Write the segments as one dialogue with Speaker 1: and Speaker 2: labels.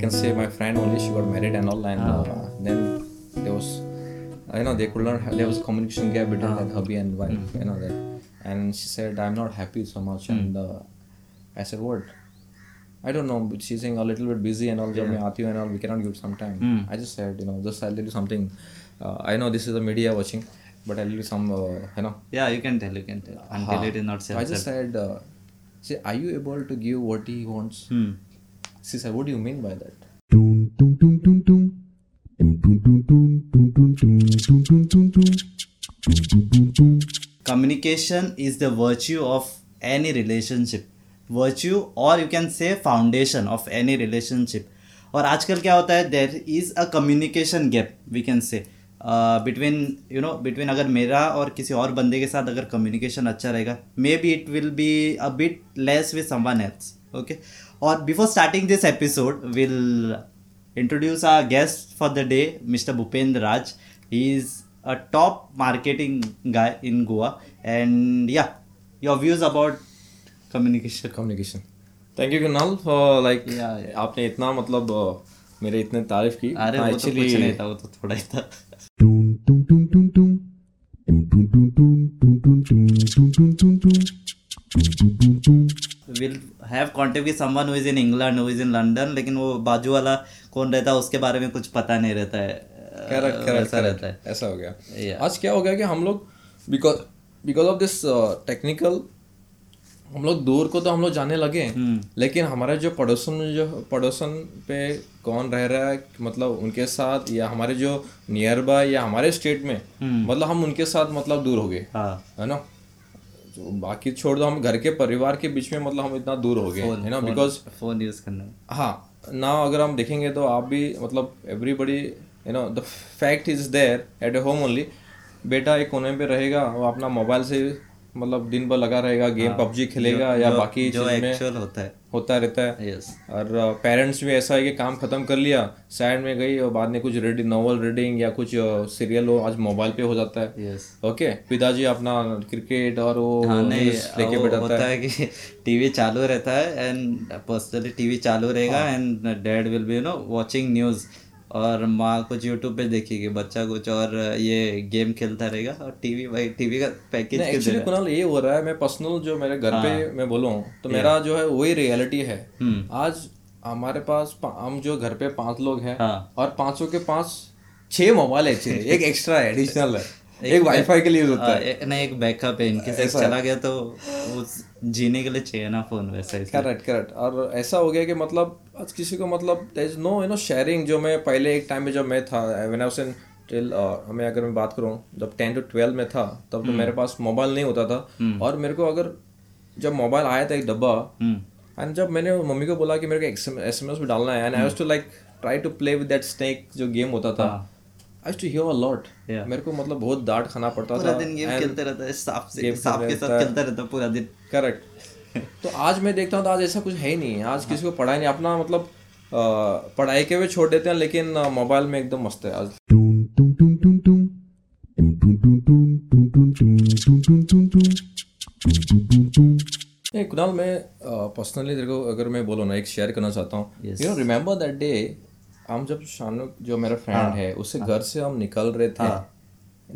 Speaker 1: can say my friend only she got married and all, and
Speaker 2: Ah.
Speaker 1: uh, then there was, you know, they could not. There was communication gap between
Speaker 2: Ah.
Speaker 1: that hubby and wife,
Speaker 2: Hmm.
Speaker 1: you know that. And she said, "I'm not happy so much," and uh, I said, "What?" I don't know. But she's saying a little bit busy and all. जब मैं आती हूँ and all, we cannot give some time.
Speaker 2: Hmm.
Speaker 1: I just said, you know, just I'll tell you something. Uh, I know this is the media watching, but I'll tell you some, uh, you know.
Speaker 2: Yeah, you can tell, you can tell. Until it is not
Speaker 1: So I
Speaker 2: self.
Speaker 1: just said, uh, say, are you able to give what he wants?
Speaker 2: Hmm.
Speaker 1: She said, what do you mean by that?
Speaker 3: Dum dum dum dum dum. Dum dum dum dum dum dum dum dum dum dum dum. Dum dum dum dum.
Speaker 2: Communication is the virtue of any relationship. Virtue or you can say foundation of any relationship. और आजकल क्या होता है there is a communication gap we can say between you know between अगर मेरा और किसी और बंदे के साथ अगर कम्युनिकेशन अच्छा रहेगा maybe it will be a bit less with someone else okay और before starting this episode will introduce our guest for the day, Mr. Bhupendra Raj. He is a top marketing guy in Goa. And yeah, your views about communication.
Speaker 1: Communication thank you Kunal for like
Speaker 2: Yeah, yeah.
Speaker 1: आपने इतना मतलब uh, मेरे इतने तारीफ की हाँ,
Speaker 2: अरे वो तो कुछ नहीं था वो तो थोड़ा ही था
Speaker 3: Dum dum dum dum dum. Dum dum dum dum dum dum dum dum dum dum dum. Dum dum dum dum.
Speaker 2: Will have contact with someone who is in England who is in London लेकिन वो बाजू वाला कौन रहता है उसके बारे में कुछ पता नहीं रहता है
Speaker 1: करेक्ट
Speaker 2: अ,
Speaker 1: करेक्ट
Speaker 2: वैसा रहता है
Speaker 1: ऐसा हो गया
Speaker 2: Yeah.
Speaker 1: आज क्या हो गया कि हम लोग because because of this technical uh, हम लोग दूर को तो हम लोग जाने लगे
Speaker 2: हम्म।
Speaker 1: लेकिन हमारे जो पड़ोसन में जो पड़ोसन पे कौन रह रहा है मतलब उनके साथ या हमारे जो नियर बाय या हमारे स्टेट में
Speaker 2: हम्म।
Speaker 1: मतलब हम उनके साथ मतलब दूर हो गए
Speaker 2: हाँ
Speaker 1: है ना तो बाकी छोड़ दो हम घर के परिवार के बीच में मतलब हम इतना दूर हो गए है ना बिकॉज
Speaker 2: फोन यूज करना
Speaker 1: हाँ नाउ अगर हम देखेंगे तो आप भी मतलब everybody you know the fact is there at a home only बेटा एक कोने पे रहेगा वो अपना मोबाइल से मतलब दिन भर लगा रहेगा गेम पबजी खेलेगा या बाकी
Speaker 2: हाँ। जो
Speaker 1: चीज में
Speaker 2: एक्चुअल होता है
Speaker 1: होता रहता है
Speaker 2: यस
Speaker 1: और पेरेंट्स भी ऐसा है कि काम खत्म कर लिया साइड में गई और बाद में कुछ रीडिंग नॉवल रीडिंग या कुछ सीरियल हो आज मोबाइल पे हो जाता है
Speaker 2: यस
Speaker 1: ओके पिताजी अपना क्रिकेट और वो
Speaker 2: हाँ नहीं
Speaker 1: news लेके
Speaker 2: वो
Speaker 1: बैठाता
Speaker 2: होता
Speaker 1: है
Speaker 2: है कि टीवी चालू रहता है एंड पर्सनली टीवी चालू रहेगा and dad will be you know watching news और माँ कुछ यूट्यूब पे देखेगी बच्चा कुछ और ये गेम खेलता रहेगा और टीवी भाई टीवी का पैकेज
Speaker 1: नहीं
Speaker 2: के
Speaker 1: एक्चुअली कुणाल ये हो रहा है मैं पर्सनल जो मेरे घर पे
Speaker 2: हाँ।
Speaker 1: मैं बोलूँ तो मेरा जो है वही रियलिटी है
Speaker 2: हम्म,
Speaker 1: आज हमारे पास पा- हम जो घर पे पांच लोग हैं
Speaker 2: हाँ।
Speaker 1: और पांचों के पास छह मोबाइल है actually, एक एक्स्ट्रा है एडिशनल है एक वाईफाई के लिए use होता
Speaker 2: आ,
Speaker 1: है
Speaker 2: ए- नहीं एक बैकअप है इनके से चला गया तो उस जीने के लिए चाहिए ना फोन वैसा इसलिए
Speaker 1: करेक्ट करेक्ट और ऐसा हो गया कि मतलब आज किसी को मतलब there is no you know sharing जो मैं पहले एक टाइम में जब मैं था when I was in till मैं uh, अगर मैं बात करूँ जब टेन टू ट्वेल्व में था तब तो मेरे पास मोबाइल नहीं होता था और मेरे को अगर जब मोबाइल आया था एक डब्बा
Speaker 2: हम्म।
Speaker 1: एंड जब मैंने मम्मी को बोला कि मेरे को एस एम एस में डालना है and I was to like try to play with that snake जो गेम होता था I to hear a lot
Speaker 2: Yeah.
Speaker 1: मेरे को मतलब बहुत डांट खाना पड़ता
Speaker 2: पूरा
Speaker 1: था
Speaker 2: दिन गेम खेलते रहता है सांप से
Speaker 1: game
Speaker 2: सांप के साथ खेलता रहता है पूरा दिन
Speaker 1: करेक्ट तो आज मैं देखता हूँ तो आज ऐसा कुछ है ही नहीं है
Speaker 2: हाँ।
Speaker 1: आज किसी को पढ़ाई नहीं अपना मतलब अ, पढ़ाई के भी छोड़ देते हैं लेकिन अ, मोबाइल में एकदम मस्त है आज
Speaker 3: Dum dum dum dum dum. Dum dum dum dum dum dum dum dum dum dum dum. Dum dum dum dum.
Speaker 1: नहीं कुणाल मैं पर्सनली तेरे को अगर मैं बोलूँ ना एक शेयर करना चाहता हूँ you know remember that day हम जब शानू जो मेरा फ्रेंड
Speaker 2: हाँ।
Speaker 1: है उससे घर से हम निकल रहे थे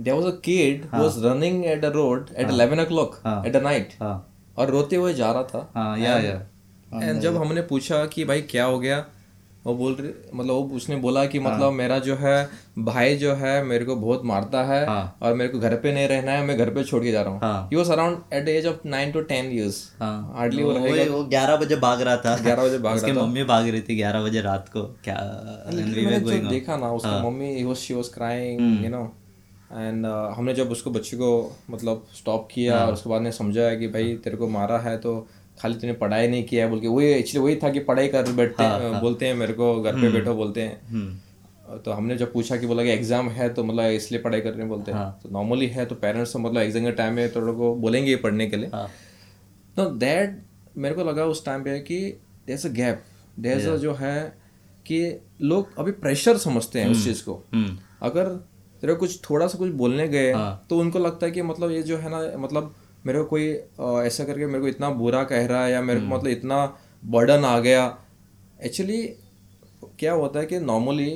Speaker 1: there was a kid was running at a road at 11 o'clock at a night
Speaker 2: हाँ
Speaker 1: और रोते हुए जा रहा था
Speaker 2: हाँ या या
Speaker 1: एंड जब हमने पूछा कि भाई क्या हो गया वो बोल रहे मतलब वो उसने बोला कि
Speaker 2: हाँ।
Speaker 1: मतलब मेरा जो है भाई जो है मेरे को बहुत मारता है और मेरे को घर पे नहीं रहना है मैं घर पे छोड़ के जा रहा
Speaker 2: हाँ।
Speaker 1: हूँ you around at age of nine to ten years
Speaker 2: हाँ।
Speaker 1: हार्डली वो
Speaker 2: वो
Speaker 1: रहेगा
Speaker 2: वो ग्यारह बजे भाग रहा था
Speaker 1: 11 बजे भाग
Speaker 2: उसकी मम्मी भाग रही थी ग्यारह बजे रात को क्या and we
Speaker 1: मैंने
Speaker 2: were
Speaker 1: जो
Speaker 2: going हाँ. Hmm. on.
Speaker 1: देखा ना उसकी mummy was she was crying you know and uh, हमने जब उसको बच्चे को मतलब स्टॉप किया
Speaker 2: हाँ.
Speaker 1: और उसके बाद ने समझाया कि भाई तेरे को मारा है तो खाली तूने पढ़ाई नहीं किया है बोल के वही एक्चुअली वही था कि पढ़ाई कर बैठते
Speaker 2: हाँ,
Speaker 1: अ, बोलते हैं मेरे को घर
Speaker 2: Hmm.
Speaker 1: पे बैठो बोलते हैं तो हमने जब पूछा कि बोला कि एग्जाम है तो मतलब इसलिए पढ़ाई कर रहे हैं बोलते
Speaker 2: हाँ.
Speaker 1: हैं तो नॉर्मली है तो पेरेंट्स तो मतलब एग्जाम के टाइम में तो लोगों को बोलेंगे ही पढ़ने के लिए
Speaker 2: हाँ।
Speaker 1: तो दैट मेरे को लगा उस टाइम पे कि देर अ गैप देर जो है कि लोग अभी प्रेशर समझते हैं उस चीज को
Speaker 2: हम्म
Speaker 1: अगर तेरे को कुछ थोड़ा सा कुछ बोलने गए तो उनको लगता है कि मतलब ये जो है ना मतलब मेरे को कोई अ, ऐसा करके मेरे को इतना बुरा कह रहा है या मेरे को मतलब इतना बर्डन आ गया एक्चुअली क्या होता है कि normally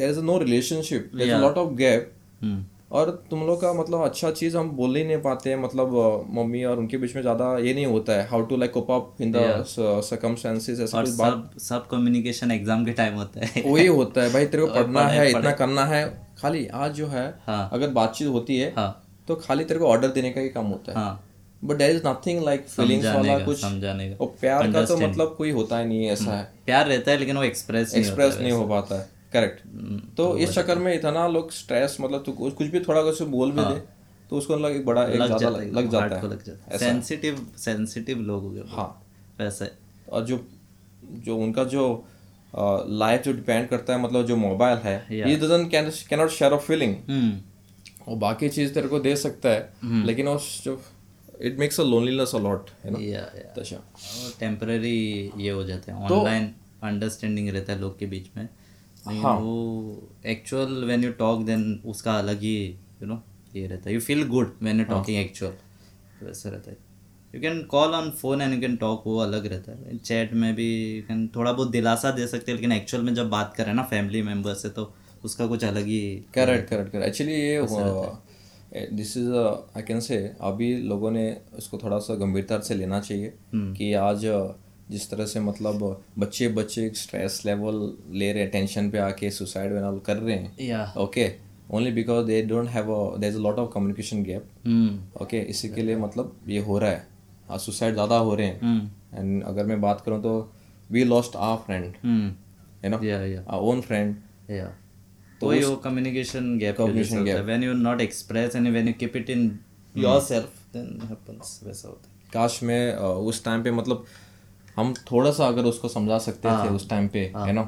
Speaker 1: there is no relationship there
Speaker 2: Yeah.
Speaker 1: Lot of gap
Speaker 2: hmm
Speaker 1: और तुम लोग का मतलब अच्छा चीज़ हम बोल ही नहीं पाते हैं मतलब अ, मम्मी और उनके बीच में ज़्यादा ये नहीं होता है how to like cope up in the circumstances ऐसा
Speaker 2: और
Speaker 1: कुछ बात
Speaker 2: सब सब कम्युनिकेशन एग्जाम के टाइम होता है
Speaker 1: वही होता है भाई तेरे को
Speaker 2: और
Speaker 1: पढ़ना
Speaker 2: पढ़े-
Speaker 1: है
Speaker 2: पढ़े।
Speaker 1: इतना करना है खाली आज जो है
Speaker 2: हाँ।
Speaker 1: अगर बातचीत होती है
Speaker 2: हाँ
Speaker 1: तो खाली तेरे को ऑर्डर देने का ही काम होता है
Speaker 2: हाँ
Speaker 1: but there is nothing like feelings
Speaker 2: समझाने
Speaker 1: वाला
Speaker 2: का-
Speaker 1: कुछ
Speaker 2: समझाने का।
Speaker 1: और प्यार का तो
Speaker 2: Understand.
Speaker 1: मतलब कोई होता ही नहीं है ऐसा है
Speaker 2: प्यार रहता है लेकिन वो एक्सप्रेस नहीं होता
Speaker 1: एक्सप्रेस नहीं हो पाता है
Speaker 2: Hmm,
Speaker 1: करेक्ट तो इस चक्कर में इतना लोग स्ट्रेस मतलब तू कुछ कुछ भी थोड़ा कुछ बोल भी दे तो उसको लग एक बड़ा एक
Speaker 2: हाँ।
Speaker 1: ज्यादा
Speaker 2: लग जाता है
Speaker 1: लग
Speaker 2: heart
Speaker 1: जाता
Speaker 2: को
Speaker 1: है
Speaker 2: लग जाता है सेंसिटिव सेंसिटिव लोग हो गए
Speaker 1: हाँ
Speaker 2: वैसे
Speaker 1: और जो जो उनका जो लाइफ जो डिपेंड करता है मतलब जो मोबाइल है ये doesn't can not share of feeling
Speaker 2: hmm
Speaker 1: और बाकी चीज तेरे को दे सकता
Speaker 2: Hmm।
Speaker 1: है लेकिन वो जो it makes a loneliness a lot है ना तो अच्छा।
Speaker 2: या या
Speaker 1: तशा
Speaker 2: और टेम्पररी ये हो जाते हैं
Speaker 1: तो-
Speaker 2: ऑनलाइन अंडरस्टैंडिंग रहता है लोग के बीच में लेकिन
Speaker 1: हाँ।
Speaker 2: वो actual when you talk then उसका अलग ही यू नो ये रहता है यू फील गुड व्हेन
Speaker 1: हाँ।
Speaker 2: यू टॉकिंग एक्चुअल वैसा रहता है you can call on phone and you can talk वो अलग रहता है चैट में भी यू कैन थोड़ा बहुत दिलासा दे सकते हैं लेकिन एक्चुअल में जब बात करें ना फैमिली मेम्बर से तो उसका कुछ अलग ही
Speaker 1: करेक्ट करेक्ट करेक्ट एक्चुअली ये this is I can say अभी लोगों ने इसको थोड़ा सा गंभीरता से लेना चाहिए कि आज uh, जिस तरह से मतलब बच्चे बच्चे स्ट्रेस लेवल ले रहे हैं टेंशन पे आके सुसाइड वगैरह कर रहे हैं
Speaker 2: या
Speaker 1: okay only because they don't have there is a lot of communication gap
Speaker 2: hmm
Speaker 1: okay इसी के लिए मतलब ये हो रहा है आज सुसाइड ज़्यादा हो रहे हैं
Speaker 2: हम्म
Speaker 1: एंड अगर मैं बात करूँ तो we lost our friend
Speaker 2: hmm
Speaker 1: है ना
Speaker 2: या या
Speaker 1: आर ओन फ्रेंड
Speaker 2: Yeah. तो वो communication gap
Speaker 1: Communication
Speaker 2: communication
Speaker 1: gap.
Speaker 2: Gap when you not express and when you keep it in yourself then happens वैसा होता है
Speaker 1: काश में अ, उस टाइम पे मतलब हम थोड़ा सा अगर उसको समझा सकते
Speaker 2: हाँ।
Speaker 1: थे उस टाइम पे है ना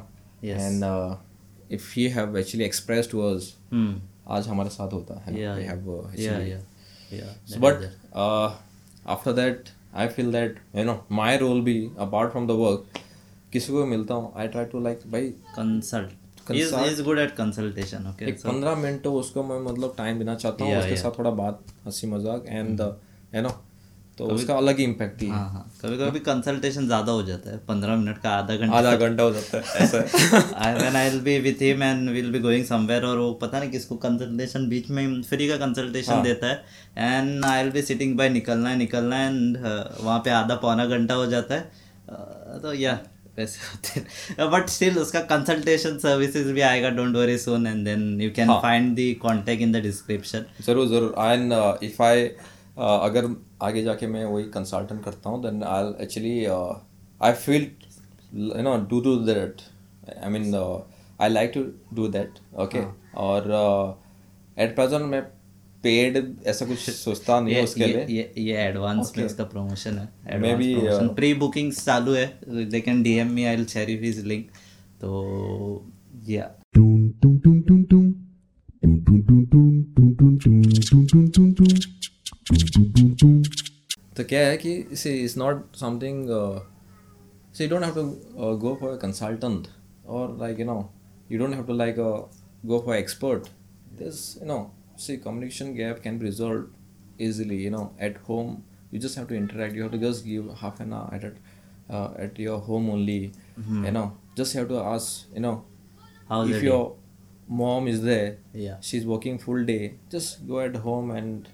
Speaker 1: and if he have actually express to us
Speaker 2: hmm
Speaker 1: आज हमारे साथ होता है
Speaker 2: Yeah, yeah.
Speaker 1: uh,
Speaker 2: yeah yeah yeah
Speaker 1: but after that I feel that you know my role भी अपार्ट फ्रॉम द वर्क किसी को भी मिलता हूँ आई ट्राई टू लाइक भाई
Speaker 2: consult is is good at consultation okay
Speaker 1: एक पंद्रह मिनट तो उसको मैं मतलब टाइम देना चाहता हूँ उसके साथ थोड़ा बात हंसी मजाक एंड यू नो तो उसका अलग ही इम्पैक्ट थी
Speaker 2: Mm-hmm. हाँ हाँ कभी कभी कंसल्टेशन ज्यादा हो जाता है पंद्रह मिनट का आधा घंटा
Speaker 1: आधा घंटा हो जाता है ऐसा है।
Speaker 2: I when I will be with him and will be going somewhere और वो oh, पता नहीं किसको कंसल्टेशन बीच में फ्री का कंसल्टेशन देता है and I will be sitting by निकलना है निकलना है एंड वहाँ पे आधा पौना घंटा हो जाता है Uh, तो या वैसे होते बट स्टिल उसका कंसल्टेशन सर्विसेज भी आएगा don't worry soon and then you can find the contact in the description
Speaker 1: जरूर जरूर uh, and if I uh, अगर आगे जाके मैं वही कंसल्टेंट करता हूँ then I actually I feel you know do do that I mean I like to do that okay और एट प्रेजेंट मैं पेड ऐसा कुछ सोचता नहीं हूँ उसके लिए
Speaker 2: ये ये एडवांस में इसका प्रमोशन है
Speaker 1: मैं भी,
Speaker 2: एडवांस प्री बुकिंग चालू है they can DM me I will share you his link तो या
Speaker 3: Dum dum dum dum dum. Dum dum dum dum dum dum dum dum dum dum dum. Dum dum dum dum.
Speaker 1: तो क्या है कि इसे is not something so you don't have to go for a consultant और like you know you don't have to like go for expert this you know see communication gap can be resolve easily you know at home you just have to interact you have to just give half an hour at at your home only you know just have to ask you know
Speaker 2: How's
Speaker 1: if your mom is there
Speaker 2: yeah
Speaker 1: she's working full day just go at home and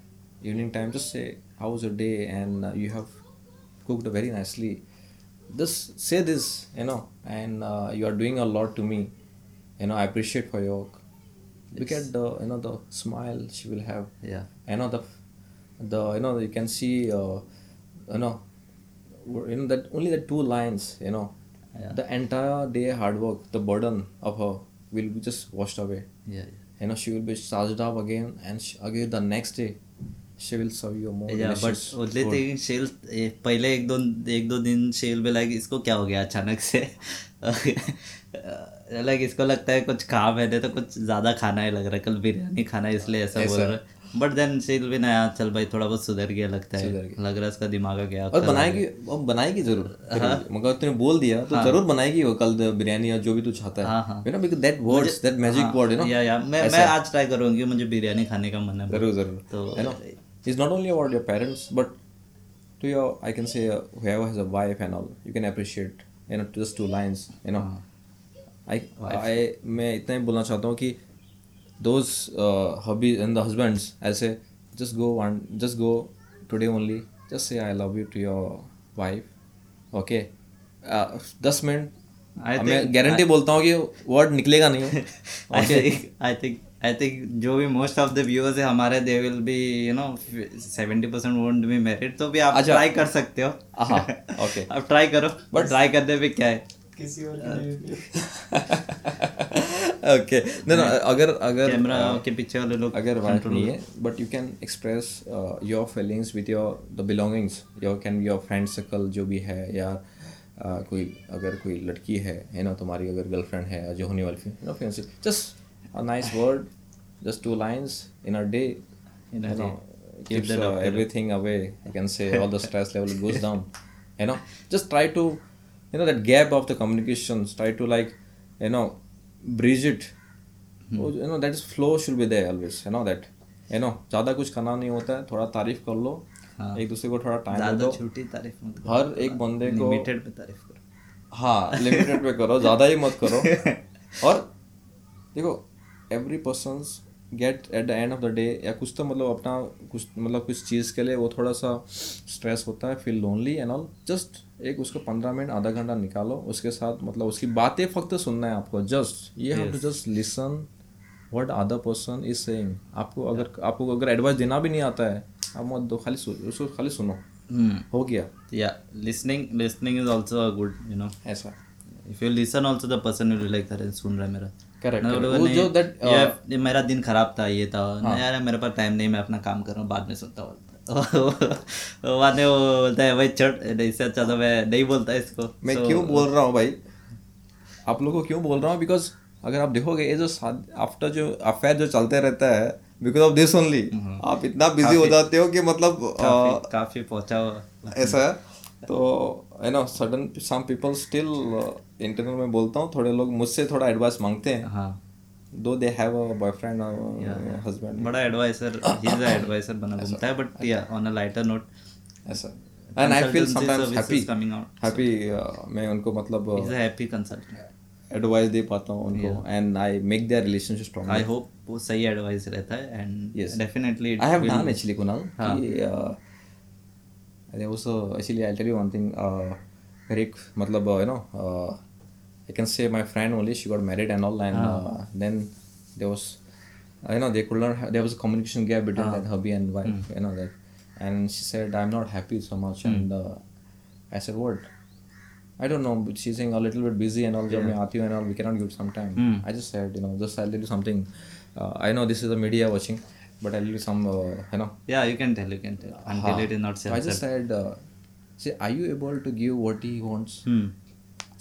Speaker 1: evening time just say how was your day and uh, you have cooked very nicely just say this you know and uh, you are doing a lot to me you know i appreciate for your work look at the you know the smile she will have
Speaker 2: yeah
Speaker 1: you know the the you know you can see uh, you know you know that only the two lines you know
Speaker 2: Yeah.
Speaker 1: the entire day hard work the burden of her will be just washed away
Speaker 2: yeah
Speaker 1: you know she will be charged up again and she, again the next day she will serve you more
Speaker 2: yeah
Speaker 1: delicious
Speaker 2: but only
Speaker 1: food.
Speaker 2: Thing शेल पहले एक दो एक दो दिन शेल भी like इसको क्या हो गया अचानक से लाइक इसको लगता है कुछ खा मैंने तो कुछ ज़्यादा खाना ही लग रहा है कल बिरयानी खाना है, इसलिए ऐसा बोल रहा है बट देन शेल भी नया चल भाई थोड़ा बहुत सुधर गया लगता है
Speaker 1: सुधर
Speaker 2: लग रहा है इसका दिमाग आ गया हाँ।
Speaker 1: और बनाएगी और बनाएगी जरूर फिर मगर तूने बोल दिया तो जरूर बनाएगी वो कल the बिरयानी या जो भी तू चाहता
Speaker 2: हाँ,
Speaker 1: है
Speaker 2: हाँ।
Speaker 1: You know because that words that magic word you know
Speaker 2: yeah yeah मैं मैं आज ट्राई करूंगी मुझे बिरयानी खाने का मन है
Speaker 1: जरूर जरूर
Speaker 2: तो
Speaker 1: you know it's not only about your parents but to your
Speaker 2: Uh-huh.
Speaker 1: i can say uh, whoever has a wife and all you can appreciate you know just two lines you know आई आई मैं इतना ही बोलना चाहता हूँ कि uh, those hubby and the husbands ऐसे just go one just go today only just say I love you to your wife okay Uh, दस
Speaker 2: I
Speaker 1: minute मैं guarantee बोलता हूँ कि वर्ड निकलेगा नहीं
Speaker 2: I think I think I think जो भी मोस्ट ऑफ द व्यूअर्स है हमारे they will be you know 70% percent won't be married तो भी आप
Speaker 1: अच्छा।
Speaker 2: ट्राई कर सकते हो
Speaker 1: हाँ ओके
Speaker 2: आप ट्राई करो बट ट्राई करने में क्या है
Speaker 4: किसी और के लिए भी।
Speaker 1: ओके नहीं ना अगर अगर uh, हाँ,
Speaker 2: कैमरा के पीछे वाले लोग
Speaker 1: अगर वाइफ नहीं है but you can express your feelings with your the belongings your can your friend circle जो भी है या uh, कोई अगर कोई लड़की है है ना तुम्हारी अगर गर्लफ्रेंड है या जो होने वाली no friendship just a nice word just two lines in a day
Speaker 2: In a day. Keep
Speaker 1: keeps
Speaker 2: that
Speaker 1: uh,
Speaker 2: up,
Speaker 1: everything away you can say all the stress level goes down you know just try to you know that gap of the communications try to like you know bridge it वो जो- you know that is flow should be there always you know that you know ज़्यादा कुछ करना नहीं होता है थोड़ा तारीफ कर लो
Speaker 2: हाँ।
Speaker 1: एक दूसरे को थोड़ा टाइम
Speaker 2: ज्यादा
Speaker 1: दो
Speaker 2: छोटी तारीफ मत करो
Speaker 1: हर एक बंदे को
Speaker 2: लिमिटेड पे तारीफ करो
Speaker 1: हाँ लिमिटेड पे करो ज़्यादा ही मत करो और देखो every person get at the end of the day या कुछ तो मतलब अपना कुछ मतलब कुछ चीज़ के लिए वो थोड़ा सा स्ट्रेस होता है feel lonely and all just एक उसको पंद्रह मिनट आधा घंटा निकालो उसके साथ मतलब उसकी बातें फक्त सुनना है आपको जस्ट ये have to just listen what other person is saying आपको अगर आपको अगर एडवाइस देना भी नहीं आता है आप मत दो खाली सु- उसको खाली सुनो हो गया
Speaker 2: या listening listening is also a good you know
Speaker 1: ऐसा
Speaker 2: if you listen also the person will like अरे सुन रहा है मेरा
Speaker 1: Correct,
Speaker 2: ना
Speaker 1: correct.
Speaker 2: बोलेगा,
Speaker 1: वो
Speaker 2: "नहीं,
Speaker 1: जो that, uh, हाँ।
Speaker 2: ये- ये मेरा दिन खराब था ये था नहीं यार मेरे पास टाइम नहीं मैं अपना काम कर रहा हूँ बाद में सुनता हूँ वो वाले वो बोलता है भाई चट इससे अच्छा तो मैं नहीं बोलता इसको
Speaker 1: मैं
Speaker 2: So,
Speaker 1: क्यों बोल रहा हूँ भाई आप लोगों को क्यों बोल रहा हूँ बिकॉज अगर आप देखोगे ये जो आफ्टर जो अफेयर जो चलते रहता है बिकॉज ऑफ दिस ओनली आप इतना बिजी हो जाते हो कि मतलब अ,
Speaker 2: Mm-hmm. काफी- काफी पहुंचा हुआ
Speaker 1: ऐसा है तो है ना sudden some people still internal uh, में बोलता हूँ थोड़े लोग मुझसे थोड़ा एडवाइस मांगते हैं
Speaker 2: हाँ
Speaker 1: दो दे हैव अ बॉयफ्रेंड और हस्बैंड
Speaker 2: बड़ा एडवाइसर ही इज एडवाइसर बना घूमता है बट
Speaker 1: अच्छा।
Speaker 2: Yeah on a lighter note
Speaker 1: ऐसा and I feel sometimes happy
Speaker 2: coming out
Speaker 1: happy मैं उनको मतलब
Speaker 2: is a happy consultant
Speaker 1: advice दे पाता हूँ उनको and I make their relationship strong
Speaker 2: I hope वो सही एडवाइस रहता है and
Speaker 1: Yes.
Speaker 2: Definitely
Speaker 1: I have done actually, Kunal. कि, uh, there was a, actually I'll tell you one thing. Uh, very matlab, uh, you know, uh, I can say my friend only she got married and all, and uh, then there was, uh, you know, they could not. ha- There was a communication gap between that hubby and wife, you know that, and she said I'm not happy so much, and uh, I said what. I don't know, but she's saying a little bit busy and all. जब मैं आती हूँ and all, we cannot give some time. I just said, you know, just I'll tell you something. Uh, I know this is the media watching, but I'll tell you some, uh, you know.
Speaker 2: Yeah, you can tell, you can tell. Until it is not
Speaker 1: So हाँ। I just
Speaker 2: censored.
Speaker 1: said, uh, say, are you able to give what he wants?
Speaker 2: Hmm.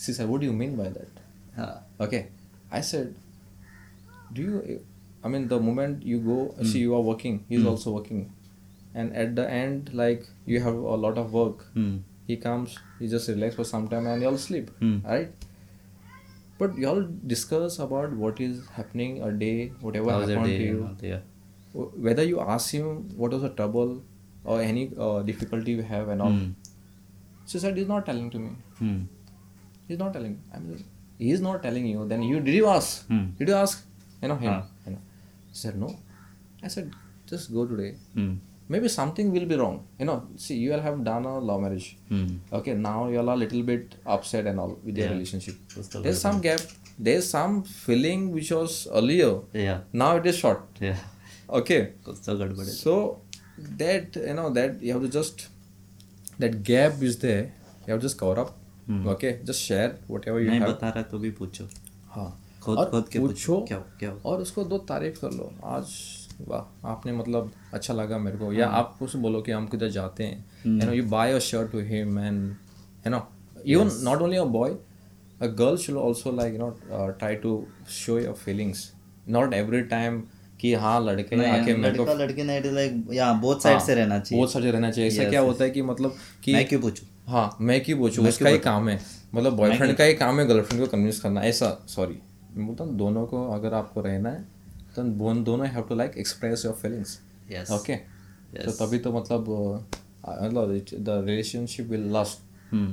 Speaker 1: She said, what do you mean by that?
Speaker 2: Uh,
Speaker 1: Okay, I said, do you? I mean, the moment you go, see,
Speaker 2: Hmm.
Speaker 1: you are working. He's also working, and at the end, like you have a lot of work.
Speaker 2: hmm.
Speaker 1: He comes, he just relax for some time, and y'all sleep,
Speaker 2: Hmm.
Speaker 1: right? But y'all discuss about what is happening a day, whatever
Speaker 2: How's your
Speaker 1: happened to you.
Speaker 2: day? and all that, Yeah.
Speaker 1: Wh- Whether you ask him what was the trouble or any uh, difficulty you have and all,
Speaker 2: Hmm.
Speaker 1: she said he's not telling to me.
Speaker 2: Hmm.
Speaker 1: He's not telling. I'm just, he's not telling you. Then you did you ask?
Speaker 2: Hmm.
Speaker 1: Did you ask? You know him.
Speaker 2: Huh.
Speaker 1: You know. She said no. I said just go today.
Speaker 2: Hmm.
Speaker 1: Maybe something will be wrong. You know. See, you all have done a love marriage.
Speaker 2: Hmm.
Speaker 1: Okay, now you all are a little bit upset and all with your
Speaker 2: Yeah.
Speaker 1: relationship.
Speaker 2: That's the
Speaker 1: There's some gap. There's some feeling which was earlier.
Speaker 2: Yeah.
Speaker 1: Now it is short.
Speaker 2: Yeah.
Speaker 1: Okay.
Speaker 2: कुछ तो गड़बड़ है.
Speaker 1: So that you know that you have to just that gap is there. You have to just cover up. Okay, just share whatever you
Speaker 2: Hmm. नहीं
Speaker 1: have.
Speaker 2: बता रहा तो भी पूछो.
Speaker 1: हाँ
Speaker 2: खोद-
Speaker 1: और
Speaker 2: खोद के
Speaker 1: पूछो
Speaker 2: पूछो, क्या हुआ- क्या हुआ?
Speaker 1: और उसको दो तारीफ कर लो आज वाह आपने मतलब अच्छा लगा मेरे को या
Speaker 2: हाँ।
Speaker 1: आप उसे बोलो कि हम किधर जाते हैं
Speaker 2: Hmm.
Speaker 1: You know you buy a shirt to him and you know even not only a boy a girl should also like you know try to show your feelings not every time कि हाँ लड़के आके मेरे को हाँ।
Speaker 2: लड़का लड़की नहीं तो लाइक यहाँ बोथ साइड से रहना चाहिए.
Speaker 1: बहुत सजे रहना चाहिए ऐसा क्या होता है कि मतलब कि
Speaker 2: मैं क्यों पूछूं?
Speaker 1: हाँ मैं क्यों पूछूँ उसका ही काम है मतलब बॉयफ्रेंड का ही काम है गर्लफ्रेंड को कन्विंस करना ऐसा सॉरी मैं बोलता हूँ दोनों को अगर आपको रहना है तो दोन- दोनों have to like express your feelings
Speaker 2: Yes.
Speaker 1: Okay तो तभी तो मतलब अ, मतलब the relationship will last
Speaker 2: Hmm.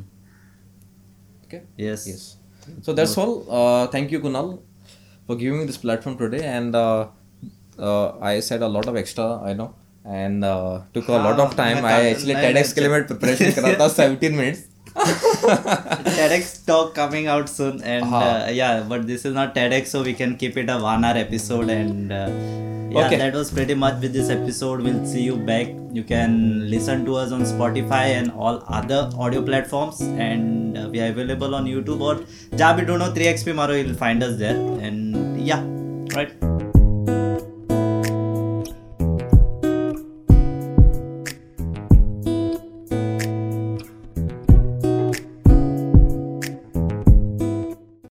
Speaker 1: Okay
Speaker 2: hmm, Yes.
Speaker 1: Yes So that's all. Uh, thank you, Kunal, for giving me this platform today. And uh, uh, I said a lot of extra, I know, and uh, took a lot of
Speaker 2: हाँ,
Speaker 1: time.
Speaker 2: मैं
Speaker 1: I
Speaker 2: काफी-
Speaker 1: actually
Speaker 2: नहीं,
Speaker 1: TEDx के लिए मैं preparation कर रहा था 17 minutes.
Speaker 2: TEDx talk coming out soon, and
Speaker 1: हाँ।
Speaker 2: uh, yeah, but this is not TEDx, so we can keep it a one-hour episode. And uh, yeah,
Speaker 1: Mm. Okay.
Speaker 2: that was pretty much with this episode. We'll see you back. You can listen to us on Spotify and all other audio platforms, and uh, we are available on YouTube or Jabi Dono 3xp Maro. You'll find us there, and yeah, right.